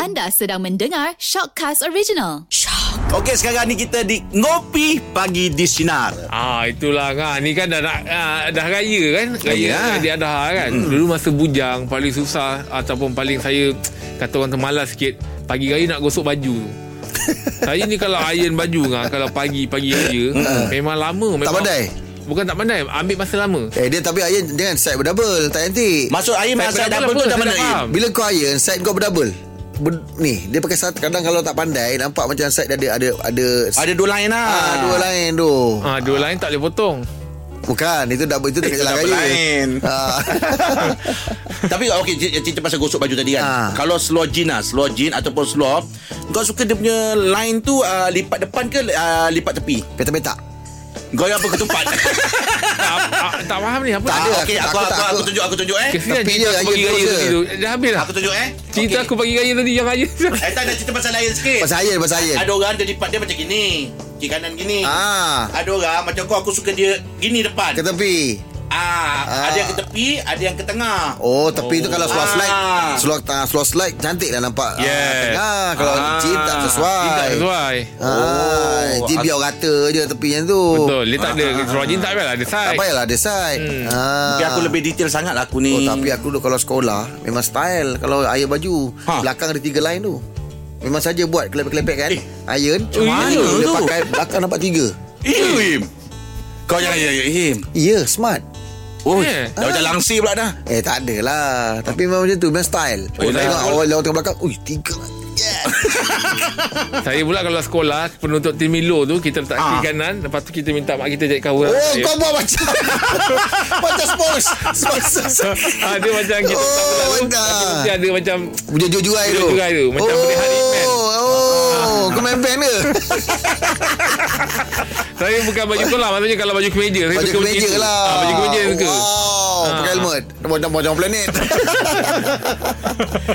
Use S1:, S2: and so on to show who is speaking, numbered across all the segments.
S1: Anda sedang mendengar Shockcast Original.
S2: Okey sekarang ni kita di Ngopi Pagi di Sinar.
S3: Ah itulah kan ni kan dah nak ah, dah raya kan
S2: Raya, ah.
S3: raya dia dah kan
S4: Hmm.
S3: mm. dulu masa bujang paling susah ataupun paling saya kata orang tu malas sikit pagi raya nak gosok baju saya ni kalau iron baju kan kalau pagi pagi raya memang lama memang
S4: Hmm. pandai?
S3: bukan tak pandai ambil masa lama
S4: Eh dia tapi iron Jangan side berdouble Tak nanti
S2: Maksud air
S3: Saya
S2: masa
S3: pernah
S2: double
S3: pun,
S2: tu dah
S3: saya
S2: mana
S3: dah
S2: Im?
S3: faham.
S4: Bila kau iron Side kau berdouble Ber, Ni Dia pakai satu Kadang kalau tak pandai Nampak macam side dia ada Ada Ada,
S2: Ada dua line lah.
S4: ah, Dua lain tu
S3: ah dua lain tak boleh potong
S4: Bukan Itu double Itu dekat jalan
S2: double
S4: raya
S2: lain.
S4: ah,
S2: Tapi okey c- cerita pasal gosok baju tadi kan.
S4: Ah.
S2: Kalau slow jean lah, slow jean ataupun slow, kau suka dia punya line tu uh, lipat depan ke uh, lipat tepi?
S4: Petak-petak
S2: Goyang apa ketupat?
S3: tak, ah, tak faham ni apa
S4: Tak ada.
S2: Okey aku,
S4: Aku
S2: aku,
S4: tak-
S2: aku, aku
S4: aku-
S2: tunjuk aku tunjuk eh.
S3: kesian
S4: Tapi
S3: cerita
S4: dia
S3: aku
S4: raya
S3: pagi raya
S4: terus
S3: tadi
S4: je.
S3: tu dah habis dah
S2: Aku tunjuk eh.
S3: cerita
S2: Okey.
S3: aku pagi raya tadi yang raya tu.
S2: Eh tak nak cerita pasal lain sikit.
S4: Pasal iron Pasal iron
S2: Ada orang dia lipat dia macam gini. Kiri kanan gini.
S4: Ah,
S2: Ada orang macam kau aku suka dia gini depan.
S4: Ke tepi
S2: Ah,
S4: Ah.
S2: ada yang ke tepi, ada yang ke tengah.
S4: Oh
S3: Oh.
S4: tepi tu kalau slow slide
S2: Ah.
S4: Slow, ah, slow slide Cantik lah nampak Ah,
S2: Yes.
S4: Tengah Kalau
S2: Ah.
S4: jeep tak sesuai
S3: tak sesuai
S4: Ah,
S2: Oh,
S4: Jeep
S2: aku-
S4: biar rata je tepi yang tu
S3: betul dia
S4: Ah,
S3: tak ada rajin tak payahlah ada lah.
S4: Tak
S3: side
S4: payahlah ada side ah.
S2: Tapi Hmm. aku lebih detail sangat lah aku ni.
S4: Oh tapi aku dulu kalau sekolah Memang style Kalau iron baju
S2: Ha.
S4: Belakang ada tiga line tu Memang saja buat kelepek-kelepek kan
S2: Eh.
S4: Iron
S3: Oh,
S2: Macam mana
S4: Dia
S2: tu?
S4: pakai belakang nampak tiga
S2: Eh, Im. Kau jangan ya ya Im.
S4: Ya yeah, smart
S2: Oh,
S3: Eh.
S2: dah macam langsi pula dah.
S4: Eh tak adalah Tapi memang macam tu Memang style
S2: Oh,
S4: Oh tengok
S2: lah.
S4: awal Lewat tengok belakang Ui tiga Yeah
S3: Saya pula kalau sekolah Penuntut tim Milo tu Kita letak kiri
S2: Ah.
S3: kanan Lepas tu kita minta mak kita jadi kawan
S4: Oh kau buat macam Macam sports Sponsor
S3: ah, Dia macam kita
S4: Oh,
S3: tak pernah tu,
S4: dah.
S3: tapi mesti ada macam
S4: Jujur-jurai tu
S3: Jujur-jurai tu. Macam boleh hari pen.
S4: Oh Oh Kau main pen ke
S3: Saya bukan baju sekolah Maksudnya kalau baju kemeja saya
S4: Baju
S3: suka macam
S4: kemeja
S3: itu.
S4: lah
S3: ah, Baju kemeja saya suka
S4: Wow Pakai
S3: Ah.
S4: helmet Macam-macam planet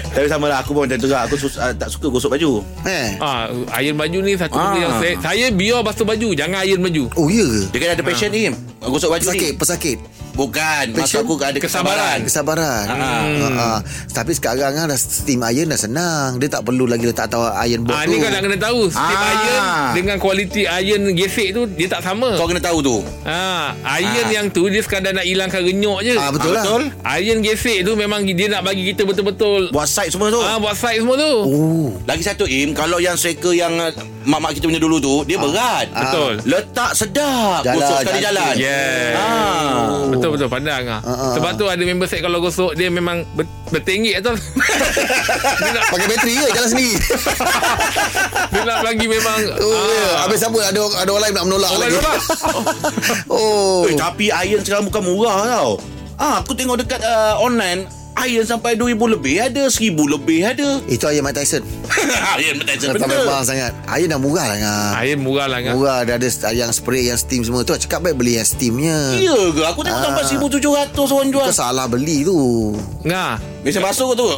S2: Tapi sama lah aku pun macam tu lah. Aku sus, uh, tak suka gosok baju.
S4: Eh
S3: ah, Iron baju ni Satu benda
S2: Ah.
S3: yang saya Saya biar basuh baju Jangan iron baju
S4: Oh ya ke
S2: Dia kan ada passion
S3: Ah.
S2: Im. Gosok baju
S4: Pesakit
S2: ni.
S4: Pesakit
S2: Bukan. Maksud
S4: Passion?
S2: aku ada
S3: Kesabaran.
S2: kesabaran.
S4: Kesabaran
S2: Ah.
S4: hmm. Tapi sekarang kan dah Steam iron dah senang Dia tak perlu lagi letak tahu iron box
S3: Ah,
S4: tu
S3: ni kau nak kena tahu Steam
S2: Ah.
S3: iron Dengan kualiti iron gesek tu Dia tak sama
S2: Kau kena tahu tu.
S3: ah, Iron
S2: Ah.
S3: yang tu Dia sekadar nak hilangkan renyok je
S4: Ah, betul
S2: Ah,
S4: lah
S2: betul.
S3: Iron gesek tu Memang dia nak bagi kita betul-betul
S2: Buat side semua tu.
S3: ah, Buat side semua tu
S4: Oh
S2: Lagi satu Im, kalau yang striker yang uh, mak-mak kita punya dulu tu, dia berat.
S3: Betul.
S2: Letak sedap.
S4: Jalan,
S2: gosok sekali
S4: cantik.
S2: Ah. jalan.
S3: Yes.
S2: Ah.
S3: Betul betul pandang ah.
S4: Oh. ah, ah.
S3: Sebab tu ada member set kalau gosok dia memang ber, bertinggi atau dia nak
S4: Pakai bateri ke jalan sendiri
S3: dia nak lagi memang
S4: Oh ya
S3: ah,
S4: Habis siapa Ada, ada orang lain nak menolak
S3: orang
S4: lagi.
S3: luar.
S4: Oh
S2: Eh, tapi iron sekarang bukan murah tau. Ah, aku tengok dekat uh, online iron sampai 2000 lebih ada, 1000 lebih ada.
S4: Itu ayam Mike Tyson
S2: iron tak
S4: Tak
S2: sebenar.
S4: memang sangat Ayam dah murah lah kan
S3: Air murah lah kan.
S4: Murah Dah ada yang spray Yang steam semua tu Cakap baik beli yang steamnya
S2: Ya ke? Aku tengok sampai 1700 orang jual.
S4: Kau salah beli tu
S3: Ngah.
S2: Mesin basuh tu.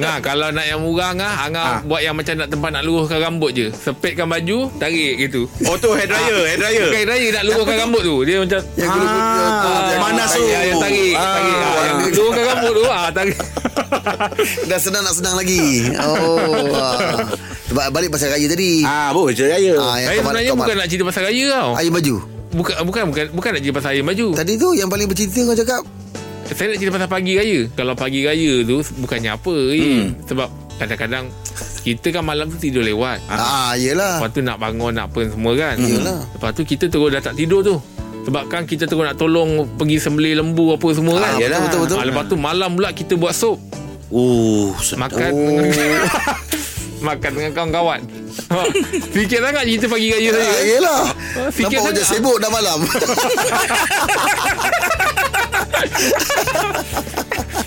S3: Ngah kalau nak yang murah ngah, ngah
S2: Ah.
S3: buat yang macam nak tempat nak luruhkan rambut je. Sepitkan baju, tarik gitu.
S2: oh tu hair dryer, hair dryer.
S3: Bukan raya nak luruhkan rambut tu. Dia macam
S4: Yang gula-gula tu,
S2: Ah,
S4: Ya. yang
S2: panas
S4: tarik.
S2: tu.
S3: Ya, yang tarik,
S2: Ah.
S3: tarik. Ah, yang
S4: Warna.
S3: luruhkan rambut tu, ah tarik.
S4: Dah senang nak senang lagi Oh ah. Sebab balik pasal raya tadi
S2: Ah, bu, hair dryer.
S4: Ah,
S3: Saya
S4: kau-
S3: sebenarnya
S4: kau-
S3: bukan Oh. nak cerita pasal raya tau.
S4: Ayam baju
S3: Bukan bukan bukan bukan nak cerita pasal air baju.
S4: Tadi tu yang paling bercerita kau cakap
S3: Saya nak cerita pasal pagi raya Kalau pagi raya tu Bukannya apa eh. Sebab Kadang-kadang Kita kan malam tu tidur lewat
S4: Ah, yelah
S3: Lepas tu nak bangun Nak apa semua kan
S4: Yelah.
S3: Lepas tu kita terus dah tak tidur tu sebab kan kita terus nak tolong Pergi sembelih lembu Apa semua
S4: Ah,
S3: kan
S4: yelah. betul, betul, betul.
S3: Ah, Lepas tu malam pula Kita buat sup
S2: Oh,
S3: Makan dengan, Makan dengan kawan-kawan Fikir sangat cerita pagi raya saya eh?
S4: Ah, Yelah
S3: Fikir
S4: Nampak
S3: sangat.
S4: macam sibuk dah malam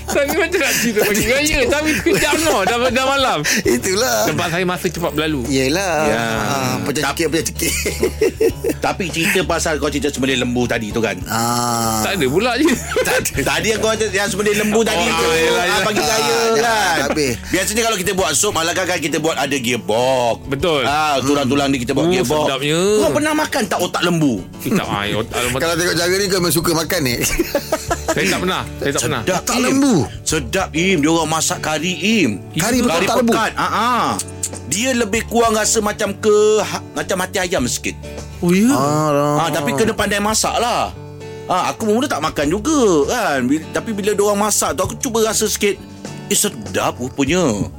S3: Tapi macam nak cerita pagi raya Tapi sekejap no, dah, dah malam
S4: Itulah
S3: Tempat saya masa cepat berlalu
S4: Yelah
S2: Ya.
S4: ah,
S2: Tak-
S4: Pecah cekik Pecah cekik
S2: Tapi cerita pasal kau cerita sembelih lembu tadi tu kan.
S4: Ah,
S3: Tak ada pula je
S2: Tadi yang kau yang sembelih lembu tadi
S3: Oh,
S2: tu.
S3: ah, yelah,
S2: Ah,
S3: yelah.
S2: pagi raya
S4: ya, Ah, dah,
S2: kan.
S4: dah habis.
S2: Biasanya kalau kita buat sup malah kan kita buat ada gearbox.
S3: Betul.
S2: Ah,
S4: Hmm.
S2: tulang-tulang ni kita buat
S3: Oh,
S2: gearbox.
S3: sedapnya.
S2: Kau pernah makan tak otak lembu?
S3: Eh, ah, Kita air otak lemak
S4: Kalau tengok cara ni kau memang suka makan ni
S3: Saya tak pernah Saya tak pernah
S2: Sedap Im.
S4: Letak Ah, lembu.
S2: Sedap Im. Dia orang masak kari Im.
S4: Kari betul
S2: Kari
S4: tak lebu.
S2: pekat. Ha ah. Dia lebih kurang rasa macam ke ha, macam hati ayam sikit.
S3: Oh ya
S4: Ah,
S2: Ha, tapi kena pandai masak lah. Ha, aku mula tak makan juga kan. Bi- Tapi bila dia orang masak tu aku cuba rasa sikit. Eh sedap rupanya.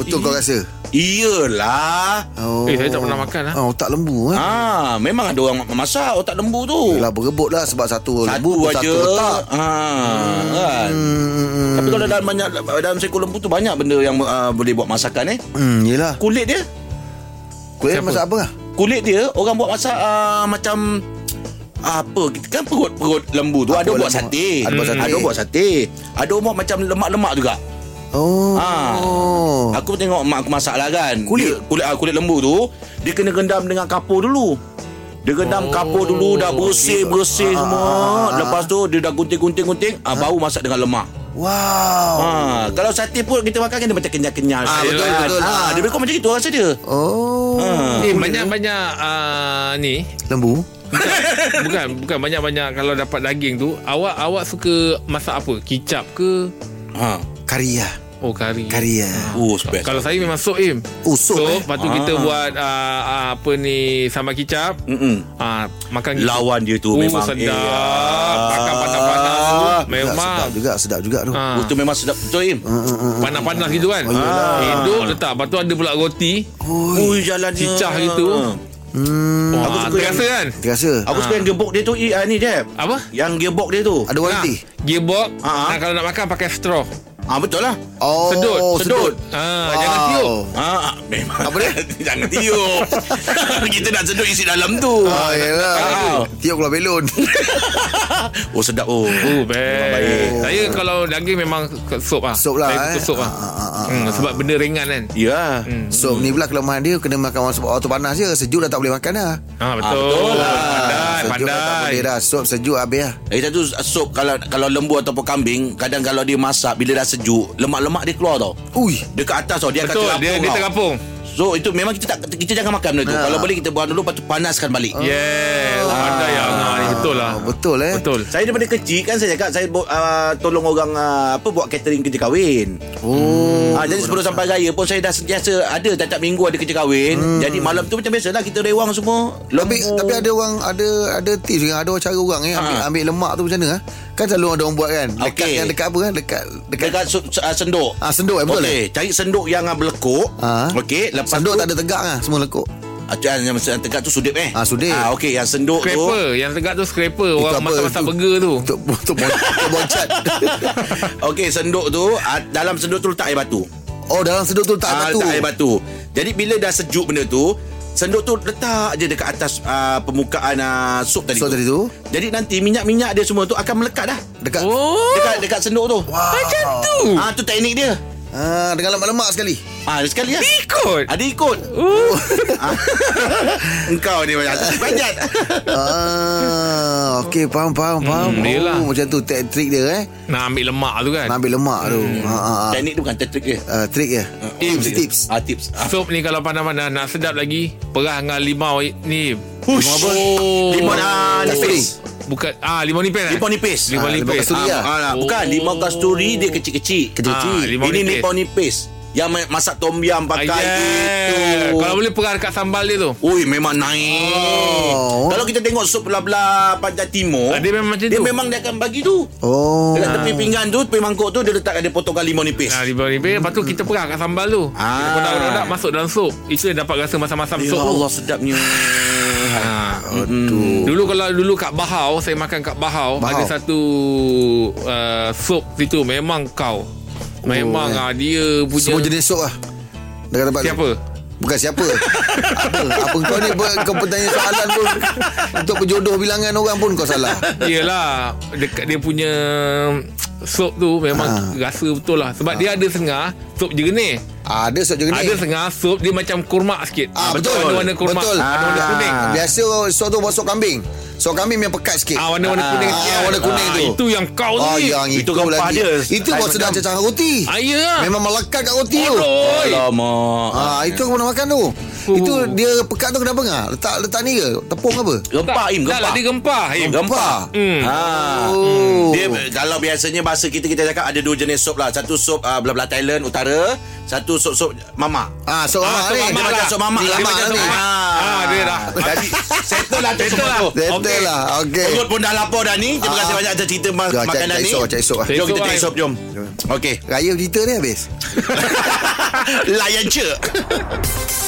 S4: betul kau rasa.
S2: Iyalah.
S4: Oh.
S3: Eh, saya tak pernah makan, ah.
S4: Ah, otak lembu eh.
S2: Ha, memang ada orang masak otak lembu tu.
S4: Yalah berebut lah sebab satu,
S2: Satu
S4: lembu pun
S2: aja.
S4: satu Hmm. otak.
S2: Ha, kan. Tapi kalau dalam banyak dalam seekor lembu tu banyak benda yang uh, boleh buat masakan eh.
S4: Hmm, yelah.
S2: Kulit dia
S4: Kuih
S3: Siapa?
S4: masak apa lah?
S2: kulit dia orang buat masak uh, macam apa kita kan perut perut lembu tu
S4: Apa
S2: ada buat
S4: lemak?
S2: sate
S4: Ah, Ada buat sate.
S2: ada buat sate ada buat macam lemak-lemak juga
S4: Oh.
S2: Ah.
S4: Oh.
S2: aku tengok mak aku masak lah kan dia,
S4: Kulit?
S2: kulit ah, kulit lembu tu dia kena gendam dengan kapur dulu dia gendam oh,
S3: Oh.
S2: kapur dulu dah bersih bersih
S4: Ah,
S2: semua
S4: ah, ah.
S2: lepas tu dia dah gunting-gunting-gunting ah, baru masak dengan lemak
S4: Wow.
S2: Ha, kalau sate pun kita makan kan dia macam kenyal-kenyal.
S4: Ah,
S2: sikit
S4: betul,
S2: kan.
S4: betul.
S2: Ah,
S4: Ah.
S2: dia berikut macam itu rasa dia.
S4: Oh.
S3: Eh banyak-banyak ah, Ni
S4: Lembu.
S3: Bukan bukan banyak-banyak Kalau dapat daging tu Awak awak suka masak apa? Kicap ke?
S2: Ha.
S4: Kari lah.
S3: Oh kari
S4: Kari lah.
S2: Oh, best.
S3: Kalau saya memang sop im
S4: Oh, sop, eh?
S3: Lepas tu kita
S2: Ah.
S3: buat ah, ah, Apa ni Sambal kicap
S4: Hmm.
S2: Mm-mm.
S3: ah, Makan gitu.
S2: Lawan dia tu
S3: Oh,
S2: memang
S3: sedap.
S2: eh.
S3: Makan panas-panas tu.
S4: ya. Sedap,
S3: Memang
S4: Sedap juga, sedap juga tu.
S3: Ah.
S2: Ah. Itu memang sedap betul Im.
S4: Ah.
S3: Panas-panas gitu kan
S4: yelah.
S3: Hidup letak Lepas tu ada pula roti
S2: Ui jalannya.
S3: Cicah gitu Wah,
S2: Ah. suka yang-
S3: terasa kan
S4: Terasa.
S2: Aku suka yang gearbox dia tu i, ah, ni Jeb.
S3: Apa?
S2: Yang gearbox dia tu.
S4: Ada warranty?
S3: Gearbox
S2: Ah.
S3: nah, Kalau nak makan pakai straw
S2: Ah betul lah.
S4: Oh,
S3: Sedut
S4: sedut.
S3: ah, Jangan tiup
S2: Ah ah, memang apa dia? Jangan tiup. Kita nak sedut isi dalam tu.
S4: Ah, yelah.
S2: Ah.
S4: Tiup keluar belon.
S2: Oh sedap oh.
S3: Oh, baik.
S2: baik.
S3: Saya kalau daging memang ke- sop ah.
S4: Sop lah,
S3: Saya
S4: eh.
S3: suka sop ah.
S4: Ah, ah, ah,
S3: Hmm, sebab benda ringan kan.
S2: Ya.
S4: So ni pula kelemahan dia Kena makan waktu, waktu panas je Sejuk dah tak boleh makan dah
S3: Ah betul.
S2: betul lah.
S3: Pandai,
S4: Sejuk dah tak
S3: pandai.
S4: boleh dah Sop sejuk habis lah
S2: Lagi Eh, satu sop kalau kalau lembu ataupun kambing kadang kalau dia masak bila dah sejuk lemak-lemak dia keluar tau.
S4: Ui
S2: Dekat atas tau dia akan
S3: Betul,
S2: terapung.
S3: dia dia
S2: tau.
S3: terkapung.
S4: Ah.
S2: So itu memang kita tak kita jangan makan benda tu. Kalau boleh kita buang dulu lepas tu panaskan balik.
S3: Yes, pandai ya. Ah, ni betul lah.
S4: Ah, betul, eh.
S3: Betul.
S2: Saya daripada kecil kan saya cakap saya bu- uh, tolong orang uh, apa buat catering kerja kahwin.
S4: Oh
S2: Ah, jadi sebelum sampai raya pun saya dah sentiasa ada tiap-tiap minggu ada kerja kahwin. Jadi malam tu macam biasalah kita rewang semua.
S4: Hmm. tapi, tapi ada orang Ada ada tips kan Ada cara orang eh, ambil,
S2: Ah.
S4: ambil lemak tu macam mana eh? Kan selalu ada orang buat kan Dekat
S2: Okey.
S4: yang dekat apa kan Dekat Dekat,
S2: dekat su- su- uh, senduk.
S4: Ah, senduk, eh, betul,
S2: Okey, cari senduk yang uh, berlekuk.
S4: Ah.
S2: Okey, lepas
S4: Senduk
S2: tu
S4: tak ada tegak lah Semua lekuk
S2: Ah, yang tegak tu sudip eh.
S4: Ah, sudip.
S2: Ah okey, yang senduk tu.
S3: Scraper, yang tegak tu scraper. Orang
S4: apa,
S3: masak-masak
S4: tu-
S3: burger tu.
S4: Untuk, untuk, bon- untuk boncat
S2: Okey, senduk tu ah, dalam senduk tu letak air batu.
S4: Oh dalam senduk tu letak
S2: Ah,
S4: batu
S2: Letak air batu. Jadi bila dah sejuk benda tu, senduk tu letak je dekat atas uh, permukaan uh, sup tadi
S4: So
S2: tu.
S4: tadi tu
S2: Jadi nanti minyak-minyak dia semua tu akan melekat dah.
S4: Dekat
S3: Oh,
S2: Dekat dekat senduk tu. Wow.
S4: Macam tu
S2: Ah tu teknik dia.
S4: ah, Dengan lemak-lemak sekali
S2: Ah ada sekali lah.
S3: ikut.
S2: Ada ikut. Oh. Engkau ni banyak banyak.
S4: Ah, okey faham faham faham.
S3: Hmm, dia lah.
S4: oh, macam tu tek- trik dia eh.
S3: Nak ambil lemak tu kan.
S4: Nak ambil lemak tu.
S2: Hmm.
S4: Ha ha. ha.
S2: teknik tu bukan trik dia.
S4: Uh, trik dia. Tips tips.
S2: Ah tips. Ah.
S3: Sop ni kalau pandai-pandai nak sedap lagi, perah dengan limau ni.
S2: Push.
S3: Limau apa? Oh.
S2: Limau ah, nipis.
S3: Bukan ah limau nipis. eh?
S2: Limau nipis.
S3: Limau
S4: Ah, limau
S3: nipis.
S4: kasturi
S2: Ah,
S4: lah.
S2: ah, bukan
S3: Oh.
S2: limau kasturi dia kecil-kecil.
S3: Kecil-kecil.
S2: Ah,
S3: Limau
S2: ini
S3: nipis.
S2: limau nipis. Yang ma- masak tom yam pakai Oh.
S3: Ah, Yeah.
S2: itu.
S3: Kalau boleh perah dekat sambal dia tu.
S2: Ui memang naik
S4: Oh.
S2: Kalau kita tengok sup belah-belah Pantai Timur
S3: Ah, dia memang macam
S2: Dia
S3: tu. Ah.
S2: memang dia akan bagi tu
S4: Oh.
S2: Dekat tepi pinggan tu Tepi mangkuk tu Dia letak ada potongan limau nipis
S3: Ha, ribet-ribet Lepas tu kita perah kat sambal tu
S2: Ah.
S3: Kita kodak-kodak masuk dalam sup Itu dia dapat rasa masam-masam
S2: Ya
S3: sup tu
S2: Allah sedapnya
S3: ha. Dulu kalau dulu kat Bahau Saya makan kat Bahau,
S4: Bahau.
S3: Ada satu uh, sup situ Memang kau Memang
S4: eh.
S3: ah, dia punya
S4: Semua jenis sop lah. Dekat tempat tu.
S3: Siapa?
S4: Bukan siapa. apa? Apa kau ni ber- kau bertanya soalan pun untuk berjodoh bilangan orang pun kau salah.
S3: Yelah dekat Dia punya Sup tu memang
S4: Ah.
S3: rasa betul lah Sebab dia ada sengah Sup jernih
S4: Ah, ada sop jenis.
S3: Ada sengah sup Dia macam kurma sikit
S4: Ah,
S3: Macam
S4: betul.
S3: Warna-warna kurma
S4: Betul.
S3: Ada warna
S4: Ah.
S3: kuning
S4: Biasa sop tu buat sop kambing. Sop kambing yang pekat sikit.
S3: Ah warna-warna
S2: Ah,
S3: kuning sikit.
S4: ah, warna kuning tu.
S3: Itu yang kau ni.
S4: Oh, yang itu,
S2: Itu rempah
S4: lagi.
S2: dia.
S4: Itu kau
S2: Lain
S4: sedap
S2: macam.
S4: cacah roti.
S3: Ah, ya.
S4: Memang melekat kat roti tu.
S3: Oi.
S2: Alamak
S4: Ah, itu aku pernah makan tu.
S3: Fuh.
S4: Itu dia pekat tu kenapa ngah? Letak letak ni ke? Tepung apa?
S2: Gempak Im,
S3: Tak
S2: gempak.
S3: lah dia gempar Im.
S2: Gempak.
S3: Hmm.
S2: Ha.
S4: Oh.
S2: Dia kalau biasanya bahasa kita kita cakap ada dua jenis sop lah. Satu sop uh, belah-belah Thailand utara, satu sop-sop mamak.
S4: Ah, so ah,
S3: Ah, so
S4: ni.
S2: Eh, Dia
S3: mamak
S2: macam
S3: lah.
S2: sop mamak
S4: Dia
S2: lah.
S4: mamak
S2: Dia macam
S4: ni.
S2: sop mamak.
S3: Ah, dia dah.
S2: Jadi settle lah tu
S3: Settle
S2: semua
S3: lah.
S2: tu.
S4: Betul
S3: Okey.
S4: lah. Okey.
S2: Perut pun dah lapar dah ni. Terima
S4: Ah.
S2: kasih banyak atas cerita ma-
S4: Jom, cak-
S2: makanan
S4: cak
S2: ni.
S4: esok, cak esok lah.
S2: Jom kita
S3: Esok,
S2: cek
S3: Im.
S2: sop, jom. Okey.
S4: Raya bercerita ni habis.
S2: Layan cek.